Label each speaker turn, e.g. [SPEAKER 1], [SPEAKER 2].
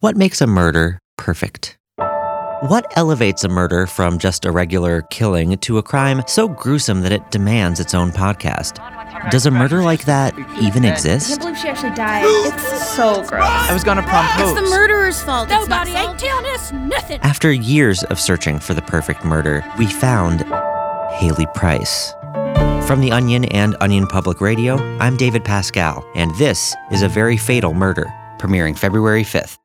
[SPEAKER 1] What makes a murder perfect? What elevates a murder from just a regular killing to a crime so gruesome that it demands its own podcast? Does a murder like that even
[SPEAKER 2] I can't
[SPEAKER 1] exist?
[SPEAKER 2] believe she actually died. It's so gross.
[SPEAKER 3] I was gonna propose.
[SPEAKER 4] It's the murderer's fault. It's not
[SPEAKER 5] Nobody
[SPEAKER 4] solved.
[SPEAKER 5] ain't telling us nothing.
[SPEAKER 1] After years of searching for the perfect murder, we found Haley Price. From The Onion and Onion Public Radio, I'm David Pascal, and this is A Very Fatal Murder, premiering February 5th.